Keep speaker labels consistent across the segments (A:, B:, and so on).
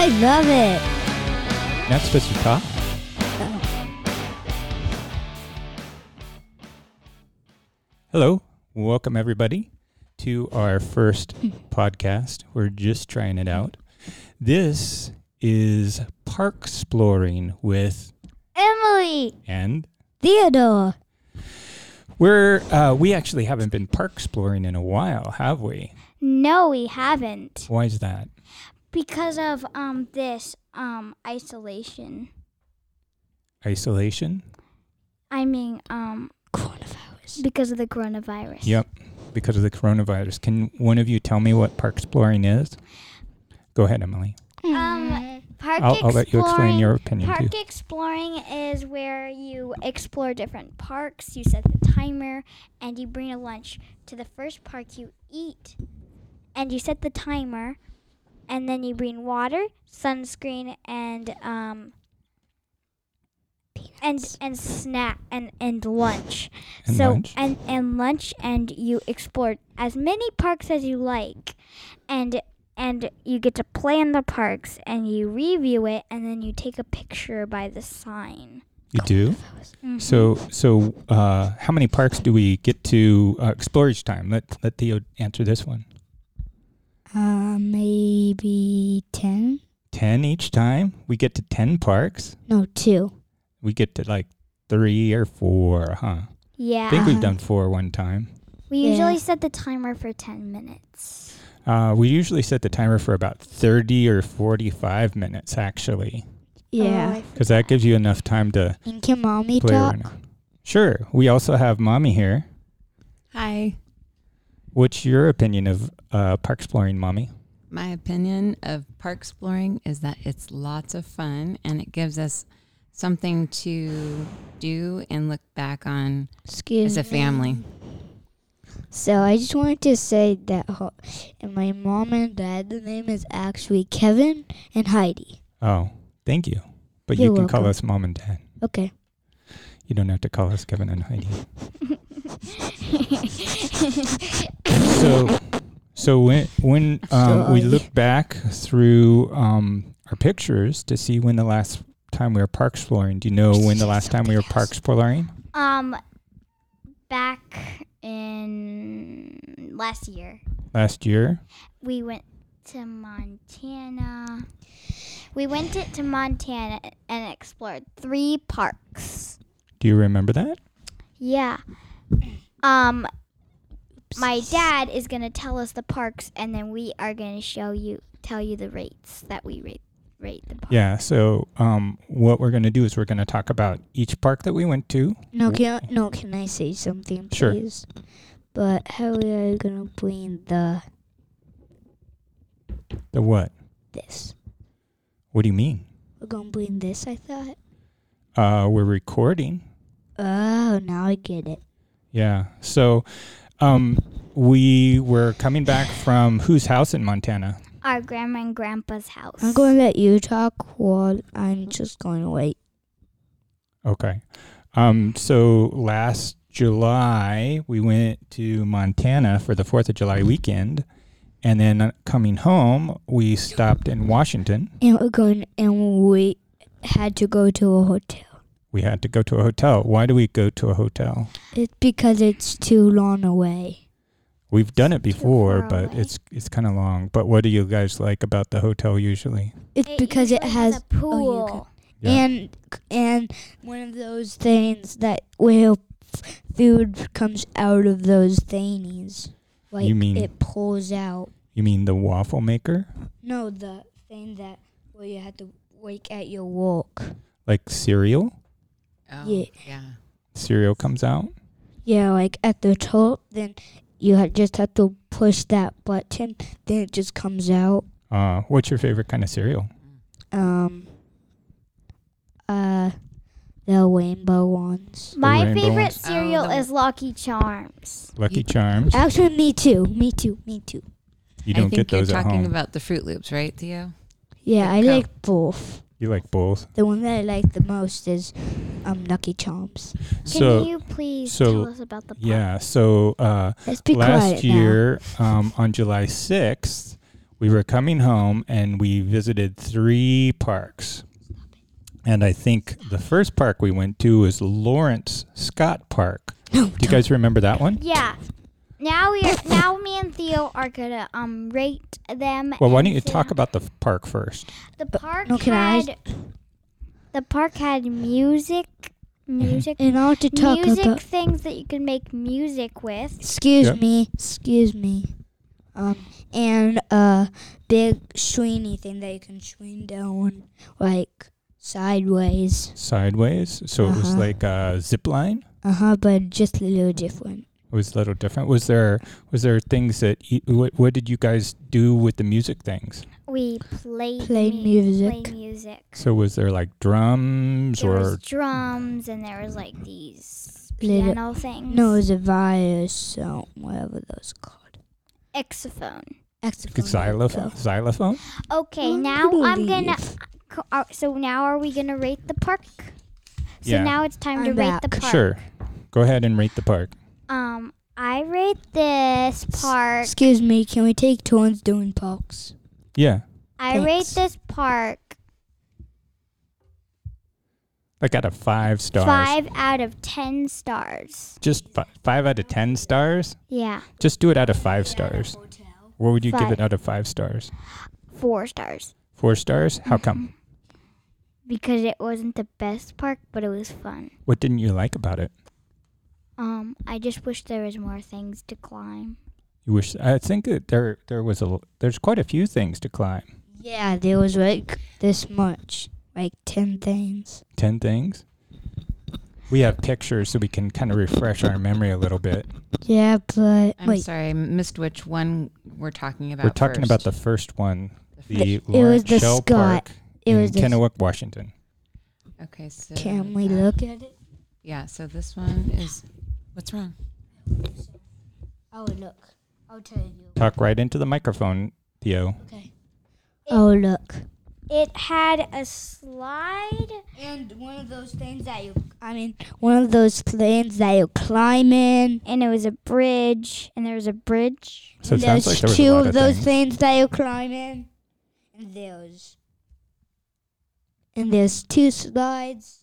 A: I love it.
B: Not supposed to talk. Hello, welcome everybody to our first podcast. We're just trying it out. This is park exploring with
A: Emily,
B: and
A: Theodore.
B: we're uh, we actually haven't been park exploring in a while, have we?
A: No, we haven't
B: Why is that?
A: because of um this um isolation.
B: Isolation.
A: I mean um coronavirus because of the coronavirus.
B: Yep, because of the coronavirus. Can one of you tell me what park exploring is? Go ahead, Emily.
C: Um, park
B: I'll, I'll let you explain
C: exploring-
B: your opinion
C: Park
B: too.
C: exploring is where you explore different parks, you set the timer, and you bring a lunch to the first park you eat. And you set the timer, and then you bring water, sunscreen, and um, and and snack and and lunch.
B: And
C: so
B: lunch?
C: and and lunch, and you explore as many parks as you like, and and you get to play in the parks, and you review it, and then you take a picture by the sign.
B: You do. So, so uh, how many parks do we get to uh, explore each time? Let let Theo answer this one.
D: Uh, maybe 10?
B: Ten each time. We get to ten parks.
D: No, two.
B: We get to like three or four, huh? I
C: Yeah,
B: think we've
D: Uh-huh.
B: done four one time.
C: we
D: Yeah.
C: usually set the timer for ten minutes.
B: Uh, we usually set the timer for about thirty or forty-five minutes, actually,
C: Oh,
D: Yeah.
B: because that gives you enough time to
D: and can mommy
B: play
D: talk?
B: around. Sure. We also have mommy here.
E: Hi.
B: What's your opinion of uh, park exploring, mommy?
E: My opinion of park exploring is that it's lots of fun and it gives us something to do and look back on
D: Excuse
E: as a family.
D: So I just wanted to say that ho- and my mom and dad, the name is actually Kevin and Heidi.
B: Oh, thank you. But you
D: You're
B: can call
D: welcome.
B: us mom and dad.
D: Okay.
B: You don't have to call us Kevin and Heidi. so, so when when um, we
D: Sorry.
B: look back through um, our pictures to see when the last time we were park exploring, do you know when the last time we were park exploring?
C: Um, back in last year,
B: Last year.
C: we went to Montana. We went to, to Montana and explored three parks.
B: Do you remember that?
C: Yeah. Um, my dad is gonna tell us the parks, and then we are gonna show you, tell you the rates that we rate rate the park.
B: Yeah. So, um, what we're going to do is we're going to talk about each park that we went to.
D: No, can I, no, can I say something,
B: Sure.
D: please? But how are you gonna bring the
B: The what?
D: this?
B: What do you mean?
D: We're gonna bring this. I thought.
B: Uh, we're recording.
D: Oh, now I get it.
B: Yeah. So um, we were coming back from whose house in Montana?
C: Our grandma and grandpa's house.
D: I'm gonna let you talk while I'm just going to wait.
B: Okay. Um, so last July, we went to Montana for the 4th of July weekend. And then uh, coming home, we stopped in Washington.
D: And we're going, and we had to go to a hotel.
B: We had to go to a hotel. Why do we go to a hotel?
D: It's because it's too long away.
B: We've done it before,
C: far
B: but
C: away.
B: it's it's kind of long. But what do you guys like about the hotel usually?
D: It's because it
C: usually
D: has
C: a
D: oh, you
C: pool.
D: can-
B: Yeah.
D: and and one of those things that where f- food comes out of those thingies. Like
B: You mean-
D: it pulls out.
B: You mean the waffle maker?
D: No, the thing that where you have to wake at your walk.
B: Like cereal?
E: Oh,
D: Yeah.
B: Cereal comes out?
D: Yeah, like at the top, then you ha- just have to push that button, then it just comes out.
B: Uh, what's your favorite kind of cereal?
D: um uh the rainbow ones.
C: My
B: rainbow
C: favorite
B: ones.
C: cereal
E: Oh, the-
C: is Lucky Charms.
B: Lucky Charms.
D: Actually me too. Me too. Me too.
B: You don't
E: I
B: get
E: think
B: those
E: you're
B: at
E: talking
B: home.
E: about the Fruit Loops, right, Theo?
D: Yeah, I
E: Okay.
D: like both.
B: you like both.
D: The one that I like the most is um Lucky Charms.
C: Can
B: so
C: you please
B: so,
C: tell us about the park?
B: yeah, so uh,
D: Let's be
B: last
D: quiet now.
B: year um, on July sixth, we were coming home and we visited three parks. And I think the first park we went to was Lawrence Scott Park. Do you guys remember that one?
C: Yeah. Now we are, now me and Theo are gonna um rate them.
B: Well, why
C: and
B: don't you
C: sit
B: talk
C: down.
B: about the f- park first?
C: the park?
D: no, can I-
C: had the park had music, music,
D: And I want to talk
C: music
D: about.
C: things that you can make music with.
D: Excuse
B: Yeah.
D: me. Excuse me. Um, and a big swingy thing that you can swing down like sideways.
B: Sideways. So it was
D: Uh-huh.
B: like a zip line.
D: Uh huh. But just a little different.
B: It was a little different. Was there was there things that you, what, what did you guys do with the music things?
C: We played
D: Played
C: mu-
D: music.
C: Played music.
B: So was there like drums
C: There
B: or
C: was drums and there was like these
D: Little-
C: piano things.
D: No, it was a virus. So whatever those called.
C: Xylophone.
D: Xylophone.
B: xylophone? Xylophone.
C: Okay,
D: I'm
C: now
D: gonna
C: I'm gonna.
D: leave.
C: co- uh, So now are we gonna rate the park? So
B: Yeah.
C: now it's time to
D: I'm
C: rate the
D: back.
C: park.
B: Sure. Go ahead and rate the park.
C: Um, I rate this park.
D: Excuse me. Can we take turns doing parks?
B: Yeah.
C: I rate
D: thanks.
C: this park
B: Like out of five stars.
C: five out of ten stars.
B: Just fi- five out of ten stars.
C: Yeah,
B: Just do it out of five stars. What would you give it out of five stars?
C: four stars
B: Four stars? How come?
C: Mm-hmm. because it wasn't the best park, but it was fun.
B: What didn't you like about it?
C: Um, I just wish there was more things to climb.
B: You wish I think that there there was a l- there's quite a few things to climb.
D: Yeah, there was like this much, like ten things.
B: Ten things. We have pictures so we can kind of refresh our memory a little bit.
D: Yeah, but
E: I'm
D: wait,
E: sorry, I missed which one we're talking about.
B: We're talking about the
E: first.
B: first one,
D: The-
B: the
D: it was
B: Lawrence
D: the
B: Shell
D: Scott.
B: Park
D: it
B: in
D: was this.
B: Kennewick, Washington.
E: Okay, so
D: Can we
E: that-
D: look at it?
E: Yeah, so this one is. What's wrong?
D: Oh look, I'll tell you.
B: Talk right into the microphone, Theo.
D: Oh look.
C: It had a slide.
D: And one of those things that you, I mean, one of those things that you climb in.
C: And it was a bridge, and there was a bridge.
B: So it sounds
D: there's
B: like there was
D: two
B: a lot
D: of those
B: things.
D: things that you climb in. And there's, and there's two slides.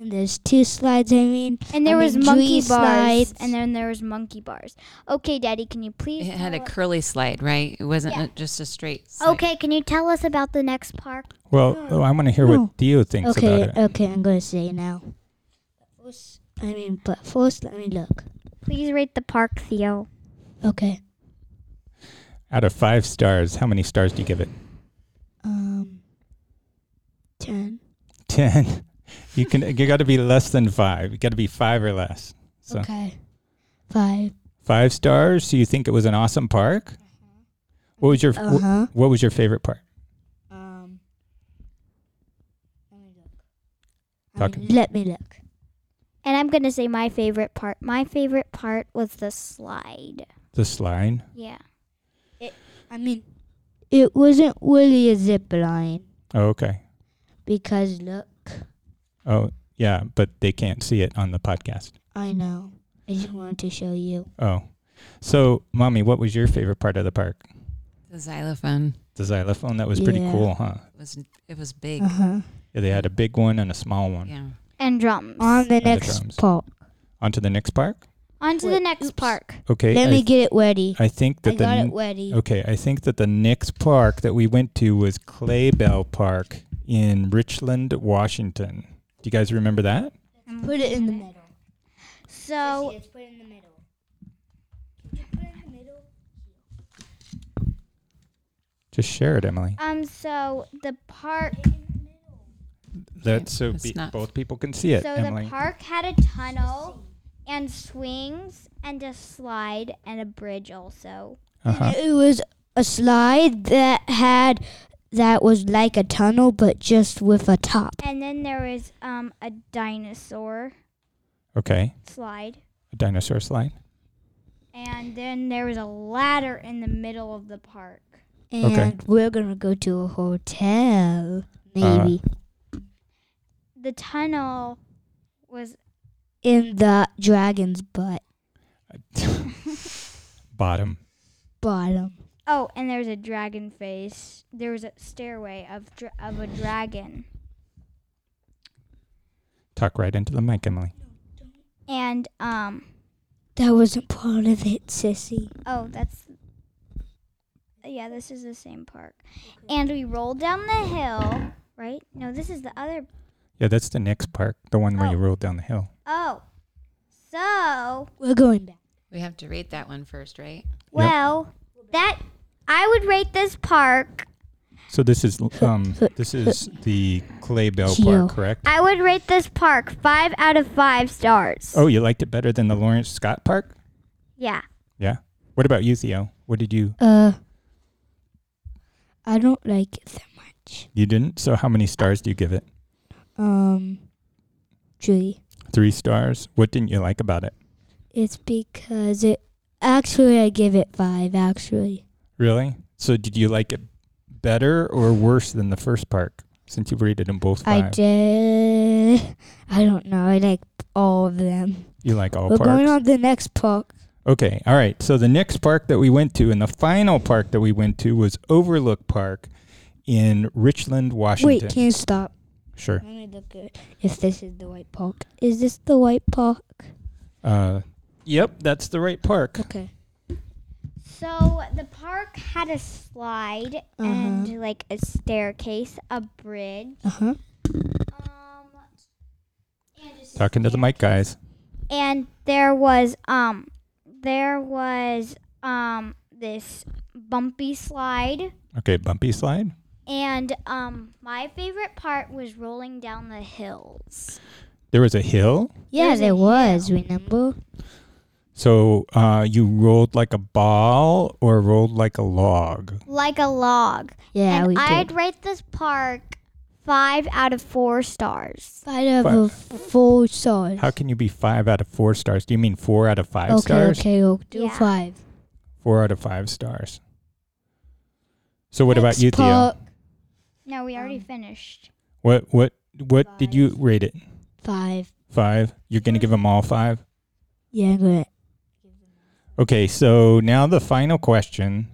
D: And there's two slides. I mean,
C: And there
D: I
C: was
D: mean,
C: monkey bars,
D: tree slides.
C: and then there was monkey bars. Okay, Daddy, can you
E: It
C: please?
E: had a
C: tell us-
E: curly slide, right? It wasn't
C: Yeah.
E: a- just a straight. Slide.
C: okay, can you tell us about the next park?
B: Well, oh, I want to hear
D: No.
B: what Theo thinks
D: okay, uh,
B: about it.
D: okay, I'm gonna say now. First, I mean, but first, let me look.
C: Please rate the park, Theo.
D: Okay.
B: Out of five stars, how many stars do you give it?
D: Um. Ten.
B: Ten. You can. You got to be less than five. You got to be five or less. So
D: Okay. Five.
B: five stars. So you think it was an awesome park? What was your wh-
D: Uh huh.
B: What was your favorite part?
D: Um. Let me look. I
B: Talk-
D: mean, let me look.
C: And I'm gonna say my favorite part. My favorite part was the slide.
B: The slide.
C: Yeah.
D: I mean, it wasn't really a zip line
B: Oh, okay.
D: because look,
B: Oh, yeah, but they can't see it on the podcast.
D: I know. I just wanted to show you.
B: Oh, so mommy, what was your favorite part of the park?
E: The xylophone
B: The xylophone. That was pretty
D: Yeah.
B: cool, huh?
E: was it was big.
D: Uh huh.
B: Yeah, they had a big one and a small one.
E: Yeah.
C: And drums.
D: On the next
B: drums.
D: part.
B: On to the next park.
C: On to the
D: Wait,
C: next
D: oops.
C: park.
B: Okay.
D: Let
B: I,
D: me get it ready.
B: I think that
D: I
B: the
D: got
B: n- oh.
D: it ready.
B: Okay, I think that the next park that we went to was Claybell Park in Richland, Washington. Do you guys remember that?
D: Put it in the middle.
C: So
D: Let's put it in the middle. Put it in the middle.
B: Just share it, Emily.
C: um so the park
B: That's so
E: It's
B: be,
E: not-
B: both people can see it,
C: so
B: Emily.
C: the park had a tunnel and swings and a slide and a bridge also.
B: uh-huh.
D: It was a slide that had that was like a tunnel, but just with a top.
C: And then there was um a dinosaur
B: Okay,
C: slide.
B: a dinosaur slide.
C: And then there was a ladder in the middle of the park.
D: And we're gonna go to a hotel,
B: Uh,
D: maybe
C: The tunnel was
D: in the dragon's butt
B: Bottom.
D: bottom.
C: Oh, and there's a dragon face. There was a stairway of dra- of a dragon,
B: Talk right into the mic, Emily.
C: and um.
D: That wasn't part of it, sissy.
C: Oh, that's yeah. This is the same park, and we rolled down the hill. Right? No, this is the other.
B: Yeah, that's the next park, the one where you
C: Oh.
B: rolled down the hill.
C: Oh, so
D: We're going back.
E: We have to rate that one first, right?
C: well that I would rate this park.
B: So this is um this is the Claybell
D: Geo.
B: Park, correct?
C: I would rate this park five out of five stars.
B: Oh, you liked it better than the Lawrence Scott Park?
C: Yeah.
B: Yeah. What about you, Theo? What did you
D: Uh, I don't like it that much.
B: you didn't? So how many stars do you give it?
D: Um, Julie,
B: Three stars. What didn't you like about it?
D: it's because it. Actually, I give it five. Actually,
B: Really? So did you like it better or worse than the first park? Since you've rated them both five.
D: I did. I don't know. I like all of them.
B: You like all
D: We're
B: parks?
D: going on to the next park.
B: Okay, all right. So the next park that we went to and the final park that we went to was Overlook Park in Richland, Washington.
D: Wait, can you stop?
B: sure.
D: Let me look at if this is the white park. Is this the white park?
B: Uh, yep, that's the right park.
D: Okay.
C: So the park had a slide
D: Uh-huh.
C: and like a staircase, a bridge.
D: Uh huh.
C: Um, and a
B: Talking to the mic, guys.
C: and there was um there was um this bumpy slide
B: Okay, bumpy slide.
C: and um my favorite part was rolling down the hills
B: There was a hill,
D: Yeah,
C: There's a
D: there was. Remember?
B: so uh, you rolled like a ball or rolled like a log.
C: like a log
D: Yeah,
C: and
D: we
C: i'd
D: did.
C: rate this park five out of four stars
D: Five out of four stars.
B: How can you be five out of four stars? Do you mean four out of five
D: okay,
B: stars?
D: okay, okay. Do
C: Yeah.
D: five.
B: Four out of five stars. So what about
D: Next
B: you, Theo?
D: park,
C: no we
D: Um.
C: already finished
B: What what what did you rate it?
D: Five.
B: Five. You're gonna give them all five.
D: Yeah, good.
B: Okay, so now the final question.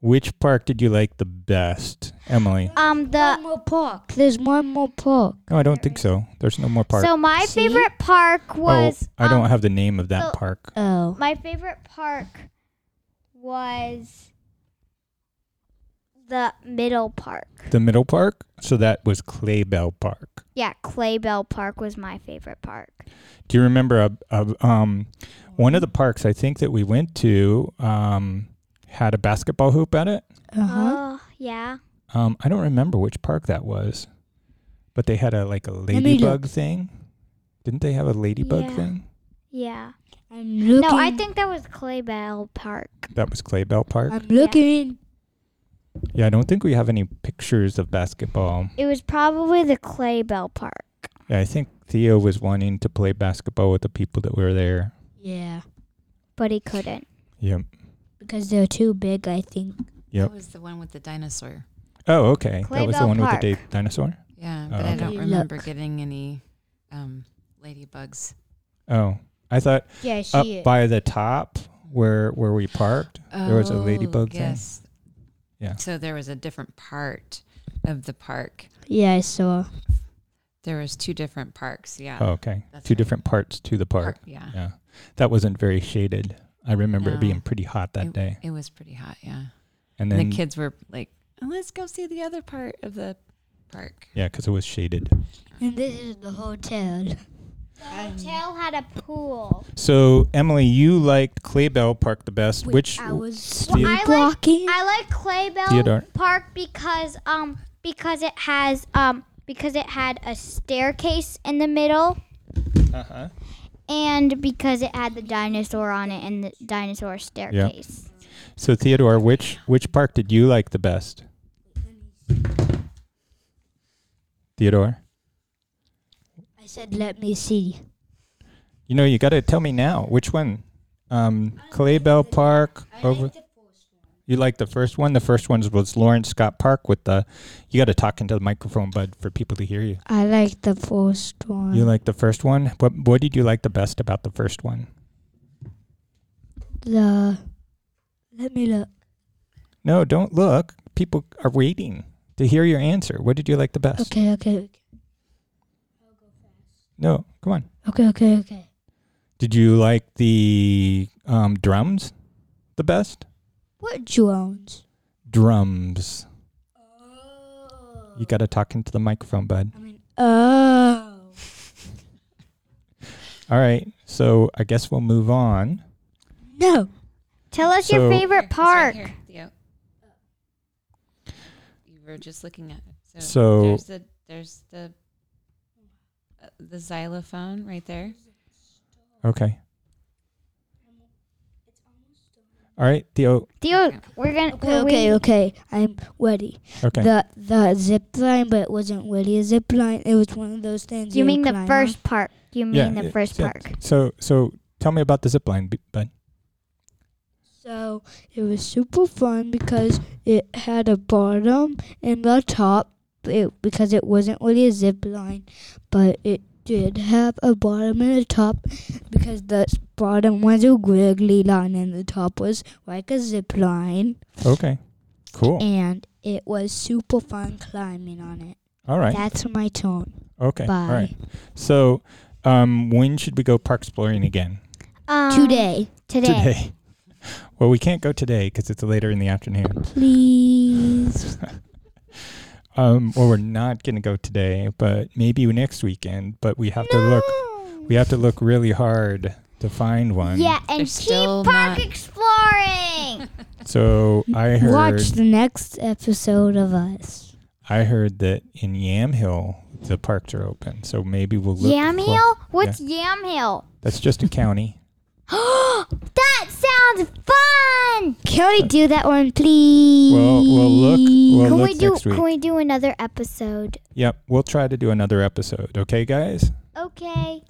B: Which park did you like the best, Emily?
D: one
C: um the
D: more park. There's one more park.
B: No, I don't think so. There's no more park.
C: so my
D: See?
C: favorite park was
B: oh, I
C: um,
B: don't have the name of that
C: so-
B: park.
D: Oh.
C: My favorite park was the middle park.
B: The middle park? So that was Claybell Park.
C: Yeah, Claybell Park was my favorite park.
B: Do you remember a, a um one of the parks I think that we went to um had a basketball hoop at it?
D: Uh huh.
C: Oh, yeah.
B: Um I don't remember which park that was. But they had a like a
D: me look.
B: ladybug thing. Didn't they have a ladybug
C: Yeah.
B: thing?
C: Yeah.
D: I'm looking.
C: No, I think that was Claybell Park.
B: That was Claybell Park.
D: I'm looking.
B: Yeah, I don't think we have any pictures of basketball.
C: It was probably the Claybell Park.
B: Yeah, I think Theo was wanting to play basketball with the people that were there.
D: Yeah,
C: But he couldn't.
B: Yep.
D: because they're too big. I think.
B: Yep.
E: That was the one with the dinosaur.
B: Oh, okay. that was the
C: Claybell
B: one with
C: Park.
B: the da- dinosaur.
E: Yeah,
B: Oh,
E: but I
B: okay.
E: don't
D: You
E: remember
D: look.
E: getting any um, ladybugs.
B: Oh, I thought
D: Yeah,
B: up by the top where where we parked there was a
E: Oh,
B: ladybug thing.
E: yes.
B: Yeah.
E: So there was a different part of the park.
D: yeah, I saw.
E: There was two different parks. Yeah.
B: Oh, okay.
E: That's
B: Two
E: right.
B: different parts to the park.
E: Park, Yeah.
B: Yeah. That wasn't very shaded. I remember it
E: No.
B: being pretty hot that day.
E: It was pretty hot. Yeah.
B: And
E: And,
B: then
E: the kids were like, "Oh, "Let's go see the other part of the park."
B: yeah, cuz it was shaded.
D: And this is the hotel.
C: The hotel had a pool.
B: So, Emily, you liked Claybell Park the best. Which
D: I was
B: Well, I
C: like-
D: sleepwalking.
C: I like Claybell
B: Theodore.
C: Park because um because it has um because it had a staircase in the middle.
B: uh-huh.
C: and because it had the dinosaur on it and the dinosaur staircase.
B: So Theodore, which which park did you like the best? Theodore,
D: I said, "Let me see."
B: you know you got to tell me now which one. Um, Claybell Park over. You like the first one. The first one was Lawrence Scott Park with the. You got to talk into the microphone, bud, for people to hear you.
D: I like the first one.
B: You like the first one. What what did you like the best about the first one?
D: the? Let me look.
B: No, don't look. People are waiting to hear your answer. What did you like the best?
D: Okay, okay,
B: No, come on.
D: okay, okay, okay.
B: Did you like the um, drums the best?
D: What drones?
B: Drums.
D: Oh.
B: You got to talk into the microphone, bud.
D: I mean, oh.
B: All right. So I guess we'll move on.
D: No.
C: Tell us
B: So-
C: your favorite park.
E: Here, Theo. You were just looking at it.
B: So-
E: So, there's the there's the uh, the xylophone right there.
B: Okay. All right, Theo.
C: Theo, we're gonna.
D: Okay,
C: we're
D: okay,
C: waiting.
D: okay. I'm ready.
B: Okay.
D: The the zip line, but it wasn't really a zip line. It was one of those things.
C: You mean the
D: climb
C: first park? You mean
B: Yeah,
C: the
B: it-
C: first
B: yeah.
C: park?
B: so, so tell me about the zip line, b- bud.
D: So it was super fun because it had a bottom and the top. It, because it wasn't really a zip line, but it did have a bottom and a top because the s- bottom was a wiggly line and the top was like a zip line.
B: Okay. Cool.
D: And it was super fun climbing on it.
B: All right.
D: That's my tone.
B: Okay. All
D: Bye.
B: right. So, um, when should we go park exploring again?
C: Um,
D: Today,
C: Today.
B: Today. Well, we can't go today because it's later in the afternoon.
D: please.
B: Um, well, we're not going to go today, but maybe next weekend. But we have to look. We have to look really hard to find one.
C: Yeah, and
E: They're
C: keep
E: still
C: park
E: not-
C: exploring.
B: So I heard.
D: Watch the next episode of us.
B: I heard that in Yamhill the parks are open, so maybe we'll look.
C: Yam
B: for-
C: Hill? What's Yam Hill?
B: That's just a county.
C: that sounds fun.
D: Can we do that one, please?
B: Well, we'll look. We'll
C: E- Can
B: look
C: we do?
B: next week.
C: Can we do another episode?
B: Yep, we'll try to do another episode. Okay, guys.
C: Okay.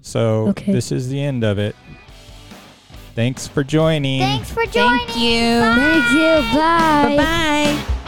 B: So
D: Okay.
B: this is the end of it. Thanks for joining.
C: Thanks for joining.
E: Thank you.
D: Thank you. Bye.
E: Bye bye.